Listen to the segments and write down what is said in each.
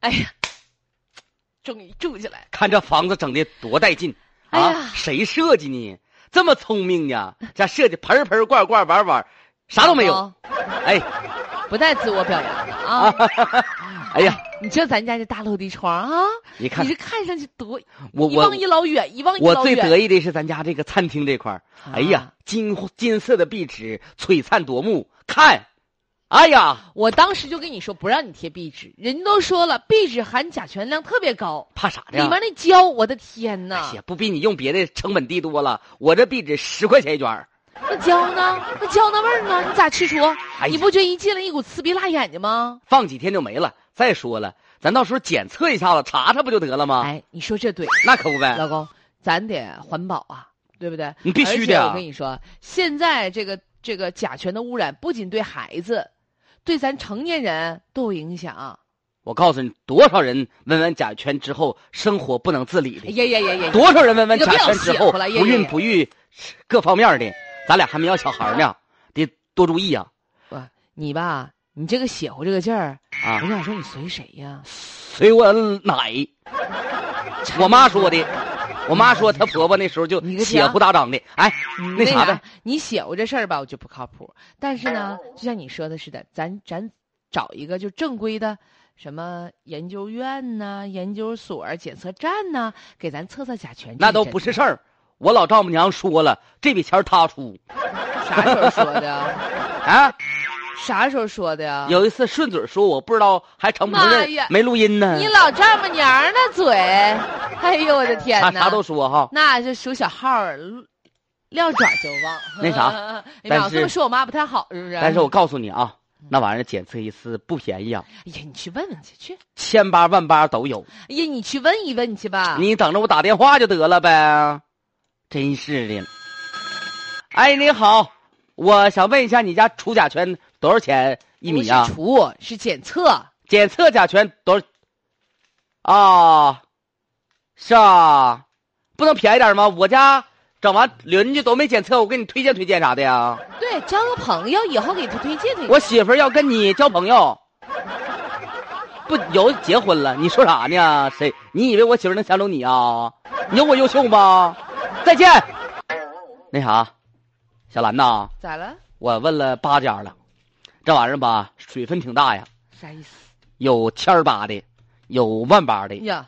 哎呀，终于住起来了。看这房子整的多带劲哎啊！呀谁设计呢？这么聪明呀？这设计盆盆罐罐碗碗，啥都没有。哦，哎不带自我表扬的啊啊！哈哈！哎呀，你这咱家这大落地窗啊，你看你这看上去多我一我望一老远，一望一我老最远。啊得意的是咱家这个餐厅这块儿。哎呀，金金色的壁纸，璀璨夺目，看，哎呀，我当时就跟你说不让你贴壁纸，人都说了壁纸含甲醛量特别高，怕啥里面呢？那胶，我的天哎呐，呀，不比你用别的成本低多了。我这壁纸十块钱一卷儿，那胶呢？那胶那味儿呢？你咋去除？哎呀你不觉得一进来一股刺鼻辣眼睛吗？放几天就没了。再说了，咱到时候检测一下子，查查不就得了吗？哎，你说这对，那可不呗。老公，咱得环保啊，对不对？哎你必须的而啊呀且我跟你说，现在这个这个甲醛的污染不仅对孩子，对咱成年人都有影响。我告诉你，多少人闻完甲醛之后生活不能自理哎的，呀呀呀呀！多少人闻完你可甲别醛老之邪后乎了爷不爷孕不育，各方面的，咱俩还没要小孩呢，啊得多注意啊我你吧，你这个邪乎这个劲儿，啊我！想说你随谁呀？随我奶， 我妈说的，我妈说她婆婆那时候就嗯你个血家乎大张的，哎，嗯那啥呗，你写过这事儿吧，我就不靠谱。但是呢，就像你说的似的，咱咱找一个就正规的，什么研究院呐、研究所儿、检测站呐、给咱测测甲醛。那都不是事儿。我老丈母娘说了，这笔钱儿她出啥时候说的 呀？啊。啥时候说的呀？有一次顺嘴说，我不知道还承不承妈认呀，没录音呢你。老丈母娘儿那嘴，哎呦我的天啥哪！啥都说哈，那就数小号儿，撂爪就忘。那啥 哎呀，但是这么说我妈不太好，是不是？但是我告诉你啊，那玩意儿检测一次不便宜啊，哎呀，你去问问去，去。千八万八都有。哎呀，你去问一问去吧。你等着我打电话就得了呗。真是的。哎，你好，我想问一下，你家除甲醛多少钱一米啊不是？除是检测，检测甲醛多少？啊，是啊，不能便宜点吗？我家整完邻居都没检测，我给你推荐推荐啥的呀？对，交个朋友，以后给他推荐推荐。我媳妇儿要跟你交朋友，不有结婚了？你说啥呢？谁？你以为我媳妇儿能相中你啊？你有我优秀吗？再见。那啥，小兰呐，咋了？我问了八家了，这玩意儿吧，水分挺大呀，啥意思？有千儿八的，有万八的，哎 呀，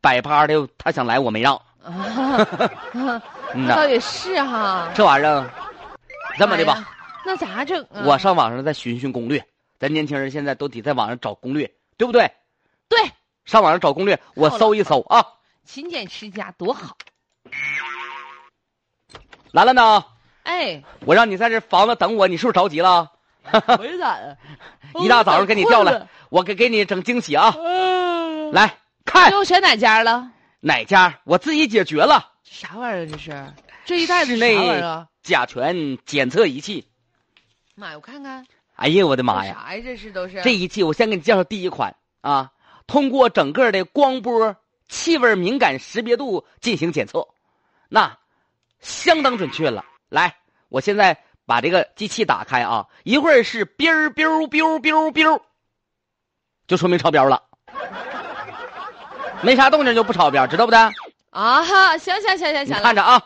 百八的他想来我没让。啊，嗯那呐倒，也是哈。这玩意儿，这么的哎吧，呀，那咋整啊？我上网上再寻寻攻略，咱年轻人现在都得在网上找攻略，对不对？对上网上找攻略，我好了搜一搜啊。勤俭持家多好。兰兰呢？哎，我让你在这房子等我，你是不是着急了？我是咋的？一大早上给你叫来，我给给你整惊喜啊！来，来看最后选哪家了？哪家，我自己解决了啥玩意儿？这是这一袋子室啥内玩意儿啊？甲醛检测仪器。妈呀，我看看，哎呀，我的妈呀！啥呀？这是都是啊这仪器我先给你介绍第一款啊，通过整个的光波、气味敏感识别度进行检测，那相当准确了。来，我现在把这个机器打开啊，一会儿是 biu biu biu biu biu，就说明超标了。没啥动静就不超标，知道不得？啊哈，行行行行你行了看。着啊，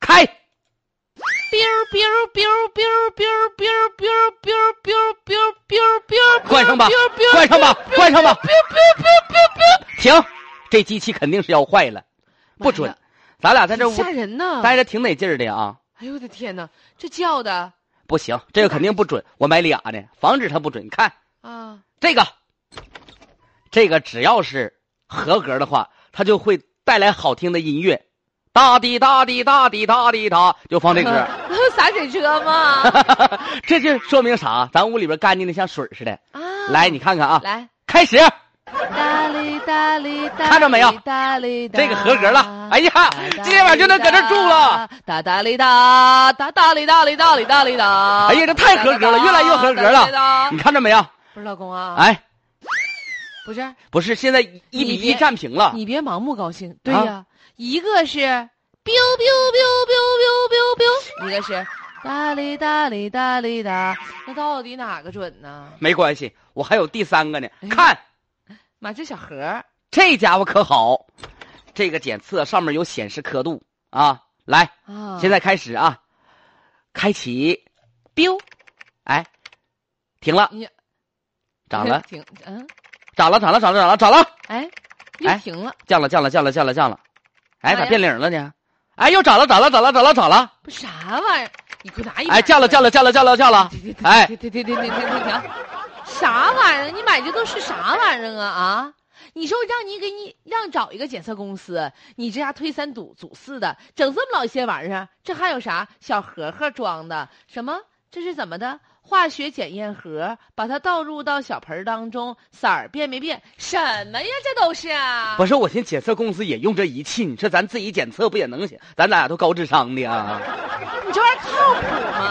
开！ biu biu biu biu biu biu biu biu biu biu biu biu，关上吧关上吧关上吧 biu biu biu biu biu，停，这机器肯定是要坏了，不准。咱俩在这屋吓人呢！待着挺得劲儿的啊。哎呦我的天哪，这叫的不行，这个肯定不准，我买俩呢，防止它不准。看啊！这个，这个只要是合格的话，它就会带来好听的音乐，哒滴哒滴哒滴哒滴哒，就放这 歌。洒水车吗？这就说明啥？咱屋里边干净的像水似的。啊，来，你看看啊，来，开始，哒哩哒哩哒，看着没有哒哩哒，这个合格了。哎呀，今天晚上就能搁这儿住了。。哒哒哩哒，哒哒哩哒哩哒哩哒哩哒。哎呀，这太合格了，越来越合格了。你看着没有？不是老公啊，哎，不是。不是，现在一比一占平了。你别盲目高兴，对啊呀，一个是 biu biu biu biu biu biu biu，一个是哒哩哒哩哒哩哒，那到底哪个准呢？哎没关系，我还有第三个呢哎。看，买这小盒儿，这家伙可好，这个检测上面有显示刻度啊。来，啊，现在开始啊，开启， biu 哎，停了你，，涨了 停，嗯，涨了，涨了，涨了，涨了，涨了，哎，又哎停了，降了，降了，降了，降了，降了，哎，哎呀咋变零了呢？哎，又涨了，涨了，涨了，涨了，涨了，不啥玩意儿，你给我拿一哎，降了，降了，了，降了，降了，降了，哎停停停停停停停停，啥玩意儿？你买这都是啥玩意儿啊啊？你说让你给你让找一个检测公司，你这家推三阻阻四的，整这么老些玩意儿，这还有啥小盒盒装的？什么？这是怎么的？化学检验盒，把它倒入到小盆儿当中，色儿变没变？什么呀？这都是啊！不是，我寻思检测公司也用这仪器，你说咱自己检测不也能行？咱俩都高智商的啊！你这玩意儿靠谱吗？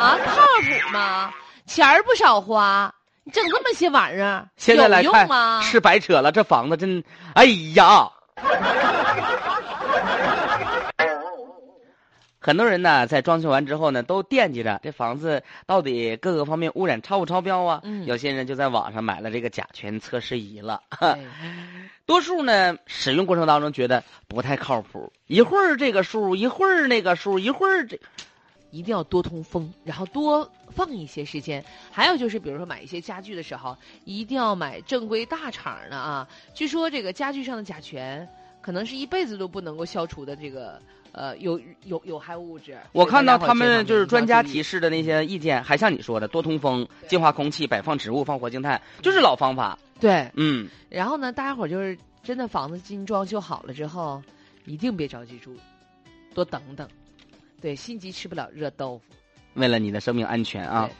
啊，靠谱吗？钱儿不少花，你整这么些玩意儿，现在来有用看吗？是白扯了，这房子真，哎呀！ 很多人呢，在装修完之后呢，都惦记着这房子到底各个方面污染超不超标啊？嗯有些人就在网上买了这个甲醛测试仪了。哎多数呢，使用过程当中觉得不太靠谱，一会儿这个数，一会儿那个数，一会儿这一定要多通风，然后多放一些时间。还有就是，比如说买一些家具的时候，一定要买正规大厂的啊。据说这个家具上的甲醛，可能是一辈子都不能够消除的这个呃有有有害物质。我看到所以大家伙儿他们这方面就是专家一定提要注意示的那些意见，还像你说的多通风、对净化空气、摆放植物、放活性炭，就是老方法。对，嗯，然后呢，大家伙儿就是真的房子精装修好了之后，一定别着急住，多等等。对，心急吃不了热豆腐为了你的生命安全啊对！